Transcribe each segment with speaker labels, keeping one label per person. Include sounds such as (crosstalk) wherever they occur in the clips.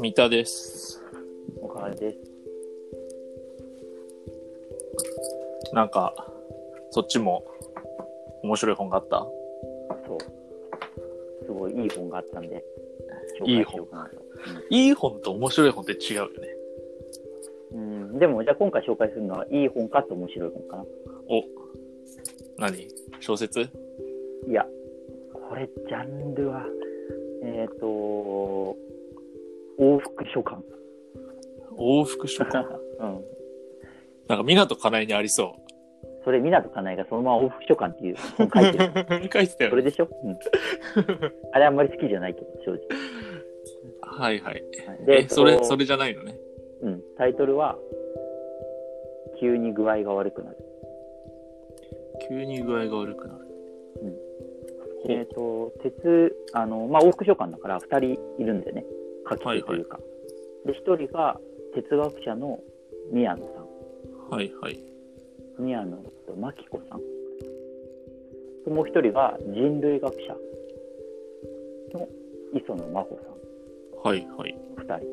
Speaker 1: 三田です。
Speaker 2: 岡原です。
Speaker 1: なんか、そっちも面白い本があった
Speaker 2: そう。すごいいい本があったんで、
Speaker 1: いい本
Speaker 2: しようかなと。
Speaker 1: いい本と面白い本って違うよね。
Speaker 2: うん、でも、じゃあ今回紹介するのは、いい本かと面白い本かな。
Speaker 1: お、何小説
Speaker 2: いや、これ、ジャンルは、えっ、と、往復書簡。
Speaker 1: 往復 (laughs) 書か。
Speaker 2: うん。
Speaker 1: なんか、港かなえにありそ
Speaker 2: それ、湊かなえがそのまま往復書簡っていう本
Speaker 1: う。
Speaker 2: 書いてる。
Speaker 1: (laughs) 書いてたよ
Speaker 2: それ
Speaker 1: ね。
Speaker 2: でしょ、うん、あれ、あんまり好きじゃないけど、正直。
Speaker 1: はいはい。
Speaker 2: はい
Speaker 1: え、それ、そ
Speaker 2: れ。
Speaker 1: れじゃないのね。
Speaker 2: うん、タイトルは、急に具合が悪くなる。
Speaker 1: 急に具合が悪くなる。
Speaker 2: うん
Speaker 1: ほう
Speaker 2: えっ、と、鉄、あの、まあ、往復書簡だから2人いるんだよね。書き手というか。で、1人が哲学者の宮野さ
Speaker 1: はいはい。
Speaker 2: ん。宮野と真紀子さん。でもう1人が人類学者の磯野真帆
Speaker 1: はいはい。
Speaker 2: さん。2人。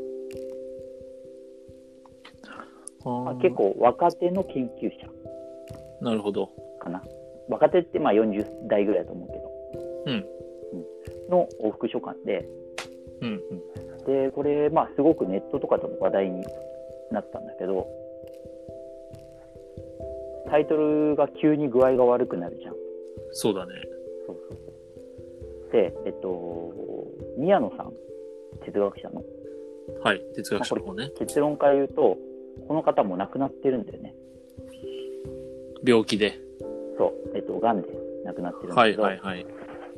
Speaker 2: ま
Speaker 1: あ
Speaker 2: あ、結。構若手の研究者
Speaker 1: なるほど。
Speaker 2: かな。若手ってまあ40代ぐらいだと思うけど。
Speaker 1: うん
Speaker 2: うん。の往復書簡で、
Speaker 1: うんうん。
Speaker 2: でこれ、まあ、すごくネットとかでも話題になったんだけどタイトルが急に具合が悪くなるじゃん。
Speaker 1: そうだね。
Speaker 2: そうそうそうで、えっと、宮野さん哲学者の
Speaker 1: はい。哲学者の方ね。
Speaker 2: 結論から言うとこの方もう亡くなってるんだよね
Speaker 1: 病気で。
Speaker 2: そう、えっと、がんで亡くなってるんだ
Speaker 1: は
Speaker 2: け
Speaker 1: い
Speaker 2: ど、
Speaker 1: はいはい。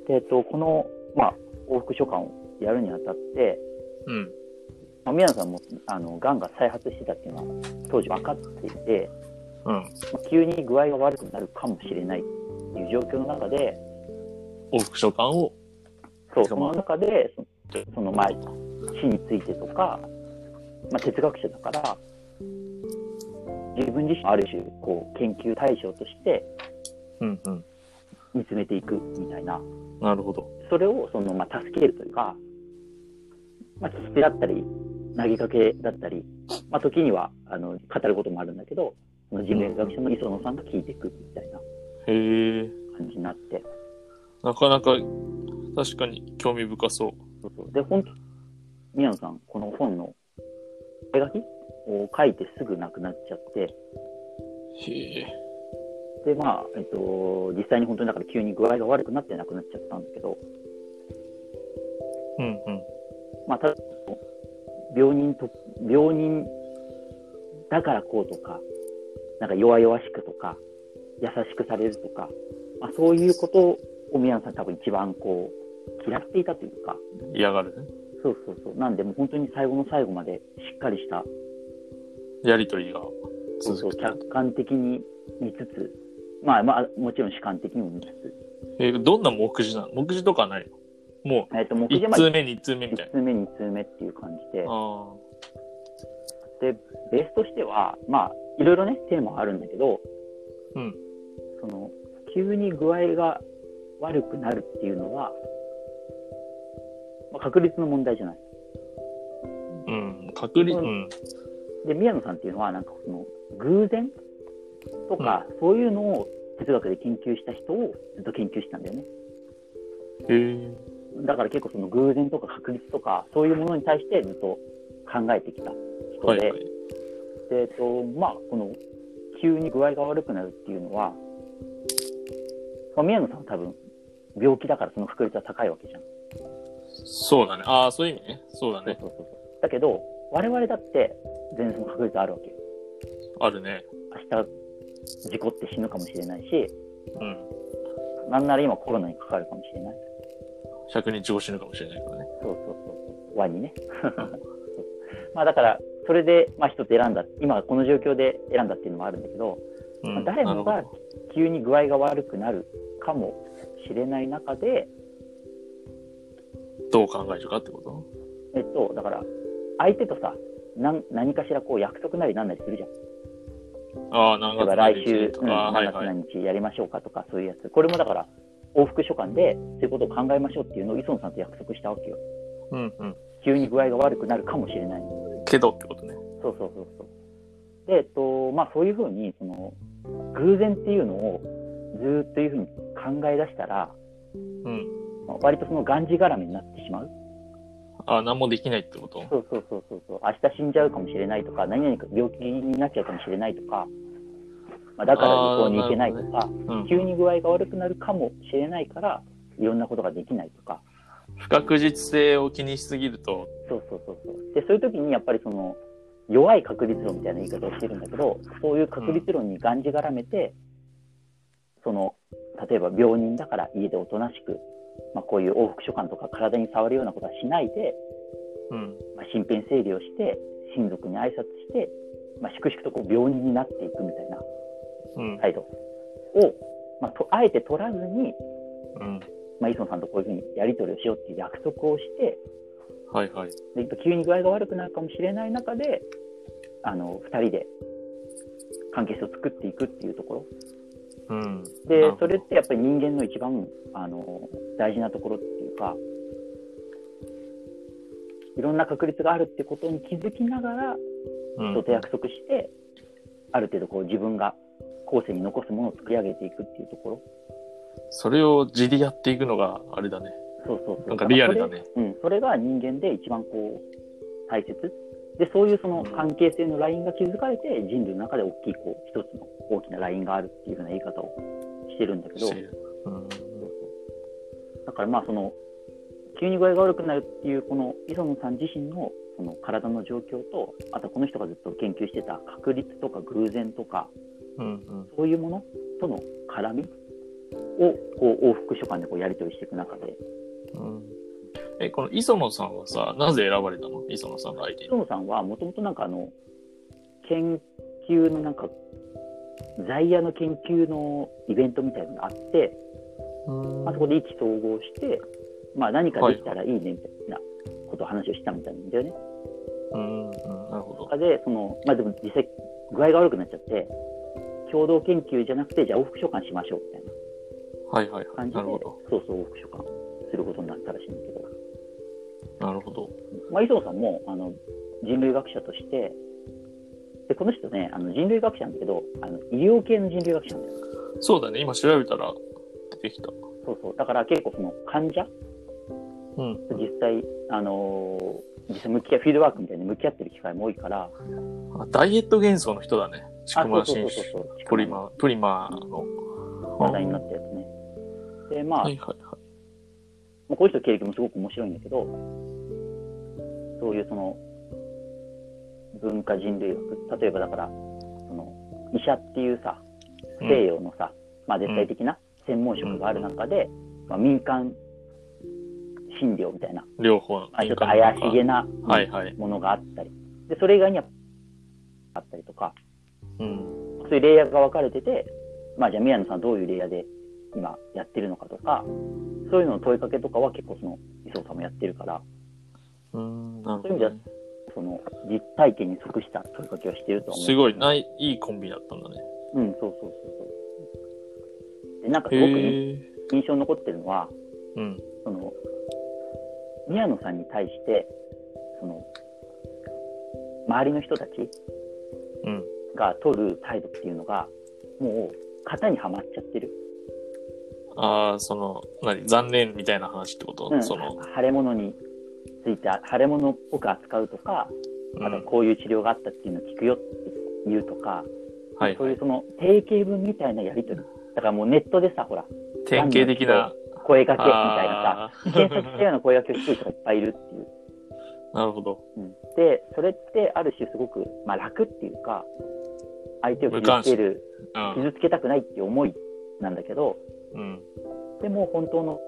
Speaker 2: でえっと、この、まあ、往復書簡をやるにあたって、
Speaker 1: うん。
Speaker 2: まあ、宮野さんもあのがんが再発してたっていうのは当時分かっていて、
Speaker 1: うん。
Speaker 2: 急に具合が悪くなるかもしれないっていう状況の中で、
Speaker 1: 往復書簡を。
Speaker 2: そう、
Speaker 1: てか
Speaker 2: そ
Speaker 1: まあ
Speaker 2: の中で、そその、まあ、死についてとか、まあ、哲学者だから、自分自身をある種、こう、研究対象として
Speaker 1: うんうん。
Speaker 2: 見つめていくみたいな、
Speaker 1: なるほど。
Speaker 2: それを、その、まあ、助けるというか、まあ、聞き手だったり、投げかけだったり、まあ、時には、あの、語ることもあるんだけど、その人類学者の磯野さんが聞いていくみたいな
Speaker 1: へえ。
Speaker 2: 感じになって、
Speaker 1: なかなか、確かに興味深そう。
Speaker 2: そうそう。で、本当宮野さん、この本の手書きを書いてすぐ亡くなっちゃって、
Speaker 1: へえ。
Speaker 2: で、まあ、えっと、実際に本当にだから急に具合が悪くなって亡くなっちゃったんだけど、
Speaker 1: うんうん。
Speaker 2: まあ、ただ、病人と、病人だからこうとか、なんか弱々しくとか、優しくされるとか、まあ、そういうことを宮野さん多分一番こう、嫌っていたというか、
Speaker 1: 嫌がるね。
Speaker 2: そうそうそう。なんで、もう本当に最後の最後までしっかりした
Speaker 1: やりとりが
Speaker 2: そうそ
Speaker 1: 続
Speaker 2: う
Speaker 1: くと。
Speaker 2: 客観的に見つつ、まあまあ、もちろん主観的にも見つつ、
Speaker 1: えーどんな目次なの目次とかはないのも
Speaker 2: えっ、と、目
Speaker 1: う、
Speaker 2: 次
Speaker 1: 1
Speaker 2: はまあ
Speaker 1: 通目、2通目みたい
Speaker 2: 1通目、2通目っていう感じで
Speaker 1: な。、あ
Speaker 2: ベースとしては、まあ、いろいろね、テーマはあるんだけど、
Speaker 1: うん
Speaker 2: その、急に具合が悪くなるっていうのは、まあ、確率の問題じゃない。
Speaker 1: あ。うん。隔離、
Speaker 2: う
Speaker 1: うん。
Speaker 2: で、宮野さんっていうのは、なんかその、偶然とか、そういうのを哲学で研究した人をずっと研究したんだよね。
Speaker 1: へえ。
Speaker 2: だから結構その偶然とか確率とかそういうものに対してずっと考えてきた人
Speaker 1: はい
Speaker 2: で、
Speaker 1: はい。
Speaker 2: でえっとまあ、この急に具合が悪くなるっていうのは、まあ、宮野さんは多分病気だからその確率は高いわけじゃん。
Speaker 1: そうだね。ああ、そういう意味ね。そうだね。
Speaker 2: そうそうそうだけど我々だって全然その確率あるわけよ。
Speaker 1: あるね。
Speaker 2: 明日事故って死ぬかもしれないし
Speaker 1: うん。
Speaker 2: なんなら今コロナにかかるかもしれない。
Speaker 1: 100日後死ぬかもしれないからね。
Speaker 2: そうそうそうそう。ワニね。 (laughs) まあだからそれで、まあ、一つ選んだ今この状況で選んだっていうのもあるんだけど。
Speaker 1: う
Speaker 2: まあ
Speaker 1: ん。
Speaker 2: 誰も
Speaker 1: な
Speaker 2: が
Speaker 1: るほど
Speaker 2: 急に具合が悪くなるかもしれない中で、
Speaker 1: どう考えるかってこと
Speaker 2: えっと、だから相手とさなん何かしらこう約束なりなんなりするじゃん
Speaker 1: ああ、何
Speaker 2: だ
Speaker 1: 月
Speaker 2: から
Speaker 1: 何
Speaker 2: 来
Speaker 1: 日
Speaker 2: 週、
Speaker 1: と
Speaker 2: うん、
Speaker 1: か。ああはい
Speaker 2: 何月
Speaker 1: はい。
Speaker 2: 何日やりましょうかとかそういうやつこれもだから往復書簡でそういうことを考えましょうっていうのを磯野さんと約束したわけよ
Speaker 1: うんうん。
Speaker 2: 急に具合が悪くなるかもしれない。
Speaker 1: けどってことね。
Speaker 2: そうそうそうそう。で、えっと、まあそういうふうに、その、偶然っていうのをずーっというふうに考え出したら、
Speaker 1: うん。
Speaker 2: まあ割とそのがんじがらめになってしまう。
Speaker 1: あ、何もできないってこと
Speaker 2: そうそうそうそうそう。明日死んじゃうかもしれないとか、何々か病気になっちゃうかもしれないとか、まあ、だから旅行に行けないと
Speaker 1: あー
Speaker 2: か、
Speaker 1: うん。
Speaker 2: 急に具合が悪くなるかもしれないから、いろんなことができないとか、
Speaker 1: 不確実性を気にしすぎると、
Speaker 2: そうそうそうそう。で、そういう時にやっぱりその、弱い確率論みたいな言い方をしてるんだけど、そういう確率論にがんじがらめて、その、例えば病人だから家でおとなしく、まあ、こういう往復所感とか体に触るようなことはしないで、
Speaker 1: うん。
Speaker 2: まあ、身辺整理をして、親族に挨拶して、まあ、粛々とこう病人になっていくみたいな
Speaker 1: うん。
Speaker 2: 態度を、まあ、とあえて取らずに、
Speaker 1: うん。
Speaker 2: まあ、磯野さんとこういうふうにやり取りをしようっていう約束をして、
Speaker 1: はいはい。
Speaker 2: で急に具合が悪くなるかもしれない中であの2人で関係性を作っていくっていうとこ
Speaker 1: うん。
Speaker 2: ろで
Speaker 1: なるほど
Speaker 2: それってやっぱり人間の一番あの大事なところっていうかいろんな確率があるってことに気づきながら
Speaker 1: うん
Speaker 2: 人と約束して、ある程度こう自分が後世に残すものを作り上げていくっていうところ
Speaker 1: それを地でやっていくのが、あれだね。
Speaker 2: そうそうそう
Speaker 1: なんかリアルだね。
Speaker 2: うん、それが人間で一番こう大切でそういうその関係性のラインが築かれて人類の中で大きいこう一つの大きなラインがあるっていうような言い方をしてるんだけど
Speaker 1: してる。うん。
Speaker 2: だからまあその急に具合が悪くなるっていうこの磯野さん自身のその体の状況とあとこの人がずっと研究してた確率とか偶然とか
Speaker 1: うんうん。
Speaker 2: そういうものとの絡みをこう往復書簡でこうやり取りしていく中で
Speaker 1: うんえ、この磯野さんはさ、なぜ選ばれたの磯野さんの相手に。
Speaker 2: 磯野さんはもともとなんかあの研究のなんか在野の研究のイベントみたいなのがあって、まあ、そこで意気投合して、まあ、何かできたらいいねみたいなことを話をしたみたいなんだよね。
Speaker 1: うん、うん、なるほど。
Speaker 2: でその、まあ、でも実際具合が悪くなっちゃって共同研究じゃなくてじゃあ往復書簡しましょうみたいな
Speaker 1: はいはいはい。
Speaker 2: 感じで
Speaker 1: なるほど。
Speaker 2: そうそう往復書簡することになったらしいんだけど、
Speaker 1: なるほど。
Speaker 2: まあ、磯野さんもあの人類学者としてでこの人ねあの人類学者なんだけどあの医療系の人類学者なんだよ
Speaker 1: そうだね。今調べたら出てきた。
Speaker 2: そうそうだから結構その患者
Speaker 1: うん。
Speaker 2: と実際、あのー実際向き合いフィールドワークみたいに向き合ってる機会も多いから
Speaker 1: あダイエット幻想の人だね。ち
Speaker 2: あ
Speaker 1: くま紳士。
Speaker 2: そうそう
Speaker 1: プリマ、プリマの。
Speaker 2: 話題になったやつねでまあ、
Speaker 1: はいはいは
Speaker 2: まあこういう人の経歴もすごく面白いんだけどそういうその文化人類学例えばだからその医者っていうさ
Speaker 1: い。うん
Speaker 2: 西洋のさ、まあ、絶対的な専門職がある中で、まあ、民間診療みたいな、
Speaker 1: 両方の
Speaker 2: まあ、ちょっと怪しげな
Speaker 1: はいはい。
Speaker 2: ものがあったり、でそれ以外にはあったりとか、
Speaker 1: うん。
Speaker 2: そういうレイヤーが分かれてて、まあ、じゃあ宮野さんどういうレイヤーで今やってるのかとか、そういうのの問いかけとかは結構その、磯尾さんもやってるから、
Speaker 1: うん、なるほ
Speaker 2: そういう意
Speaker 1: ど、
Speaker 2: 味
Speaker 1: ね。
Speaker 2: その実体験に即した問いかけをしてるとは思う。
Speaker 1: すごい、ない、いいコンビだったんだね。
Speaker 2: うん、そうそうそうそう。で、なんかすごくね
Speaker 1: へえ。
Speaker 2: 印象に残ってるのは、
Speaker 1: うん。
Speaker 2: その宮野さんに対してその周りの人たち
Speaker 1: うん。
Speaker 2: が取る態度っていうのがもう型にはまっちゃってる、
Speaker 1: ああ、その、何残念みたいな話ってこと、
Speaker 2: うん、
Speaker 1: その、
Speaker 2: 腫れ物について腫れ物っぽく扱うとか、
Speaker 1: うん
Speaker 2: あとこういう治療があったっていうのを聞くよっていうとか、
Speaker 1: はい
Speaker 2: そう
Speaker 1: はいい。
Speaker 2: うその定型文みたいなやり取りだからもうネットでさほら
Speaker 1: 典型的な、
Speaker 2: 声かけみたいな
Speaker 1: あ
Speaker 2: さ検索した (laughs) ような声掛けをしてる人がいっぱいいるっていう
Speaker 1: あ、なるほど。
Speaker 2: うんでそれってある種すごく、まあ、楽っていうか相手を傷つける
Speaker 1: うん。
Speaker 2: 傷つけたくないっていう思いなんだけど
Speaker 1: うん。
Speaker 2: でも本当の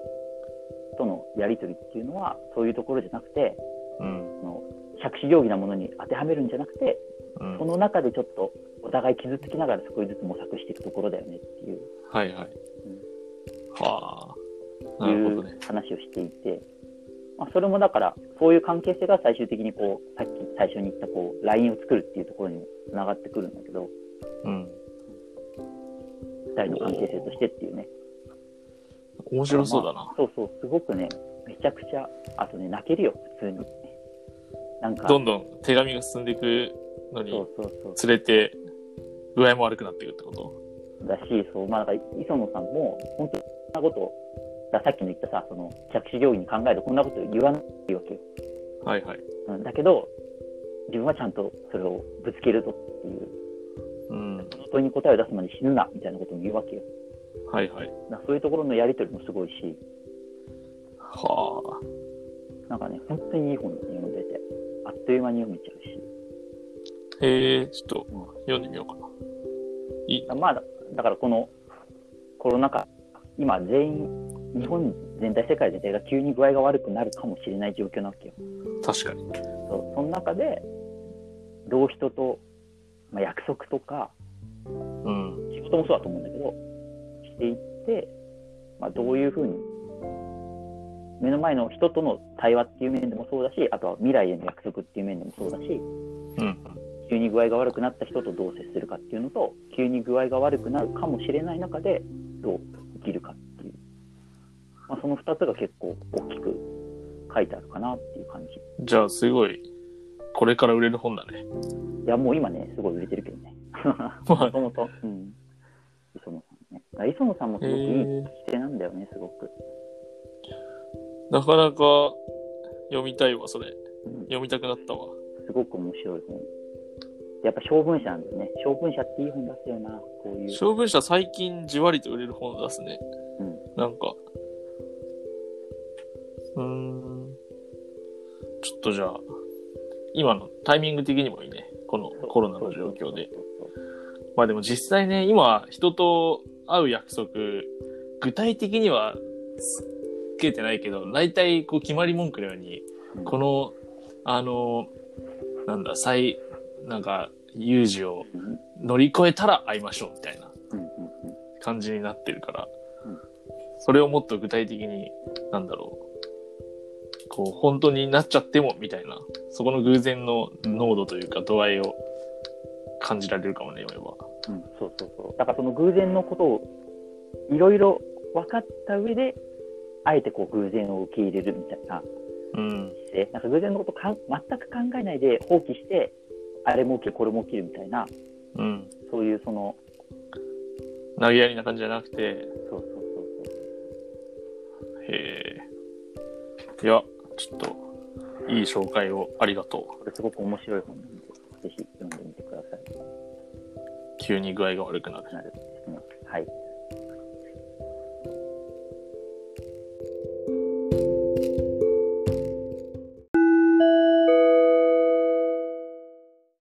Speaker 2: とのやり取りっていうのはそういうところじゃなくて
Speaker 1: うん。
Speaker 2: その百視定規なものに当てはめるんじゃなくて
Speaker 1: うん
Speaker 2: そ。の中でちょっとお互い傷つきながら少しずつ模索していくところだよねっていう
Speaker 1: はいはい。はあ。なるほど
Speaker 2: い
Speaker 1: ね。
Speaker 2: う話をしていて、まあ、それもだからそういう関係性が最終的にこうさっき最初に言ったこう LINE を作るっていうところにもつながってくるんだけど。
Speaker 1: うん。
Speaker 2: 二人の関係性としてっていうね。
Speaker 1: 面白そうだな。
Speaker 2: そうそう、すごくね、めちゃくちゃ、あとね、泣けるよ、普通に。なんか、
Speaker 1: どんどん手紙が進んでいくの
Speaker 2: そ
Speaker 1: に
Speaker 2: うそうそう。
Speaker 1: つれて、具合も悪くなっていくってこと
Speaker 2: だし、そう、まあ、だから磯野さんも、本当にこんなこと、ださっきの言ったさ、その、着手料理に考えるこんなこと言わないわけよ。
Speaker 1: はいはい。
Speaker 2: うん、だけど、自分はちゃんとそれをぶつけるぞっていう、
Speaker 1: うん。
Speaker 2: 問いに答えを出すまで死ぬな、みたいなことも言うわけよ。
Speaker 1: はいはい。
Speaker 2: だからそういうところのやりとりもすごいし、
Speaker 1: はあ。
Speaker 2: なんかね、本当にいい本ですね、読んでて。あっという間に読めちゃうし。
Speaker 1: えー、ちょっと読んでみようかな。いい。
Speaker 2: だまあ、だだからこのコロナ禍、今全員、日本全体、世界全体が急に具合が悪くなるかもしれない状況なわけよ。
Speaker 1: 確かに。
Speaker 2: そうその中で、どう人と、まあ、約束とか、
Speaker 1: うん。
Speaker 2: 仕事もそうだと思うんだけど、していって、まあ、どういうふうに、目の前の人との対話っていう面でもそうだし、あとは未来への約束っていう面でもそうだし、
Speaker 1: うん。
Speaker 2: 急に具合が悪くなった人とどう接するかっていうのと急に具合が悪くなるかもしれない中でどう生きるかっていう、まあ、その2つが結構大きく書いてあるかなっていう感じい
Speaker 1: じゃあ、すごい、これから売れる本だね。 (laughs)
Speaker 2: やもう今ねすごい売れてるけどね
Speaker 1: ま
Speaker 2: もともと、うん、磯野さんねだから磯野さんも
Speaker 1: あ、え
Speaker 2: すごくいい
Speaker 1: ー、
Speaker 2: 規定なんだよねすごく、
Speaker 1: なかなか読みたいわ、それ。
Speaker 2: うん、
Speaker 1: 読みたくなったわ。
Speaker 2: すごく面白い本やっぱ小文社なんだよね小文社っていい本出すよなこういう
Speaker 1: 小文社最近じわりと売れる本を出すね。
Speaker 2: うん
Speaker 1: なんか。うーん。ちょっとじゃあ、今のタイミング的にもいいね。このコロナの状況で。
Speaker 2: そうそうそう
Speaker 1: まあでも実際ね、今、人と会う約束、具体的にはつけてないけど、大体こう決まり文句のように、
Speaker 2: そう
Speaker 1: この、あの、なんだ、最、なんか、有事を
Speaker 2: うんうん
Speaker 1: 乗り越えたら会いましょうみたいな。
Speaker 2: うんうんうん
Speaker 1: 感じになってるから、
Speaker 2: うん
Speaker 1: それをもっと具体的に、なんだろう、こう、本当になっちゃっても、みたいな、そこの偶然の濃度というか、度合いを感じられるかもね、読めば。
Speaker 2: うん、そうそうそう。だからその偶然のことをいろいろ分かった上で、あえてこう偶然を受け入れるみたいな
Speaker 1: うん。
Speaker 2: 姿勢。なんか偶然のことかん全く考えないで放棄して、あれも起きる、これも起きるみたいな、
Speaker 1: うん。
Speaker 2: そういうその、
Speaker 1: 投げやりな感じじゃなくて、
Speaker 2: そうそうそうそう。
Speaker 1: へえ。いや、ちょっと、いい紹介をありがとう。
Speaker 2: これすごく面白い本なんで、ぜひ読んでみてください。
Speaker 1: 急に具合が悪くなる。
Speaker 2: なる。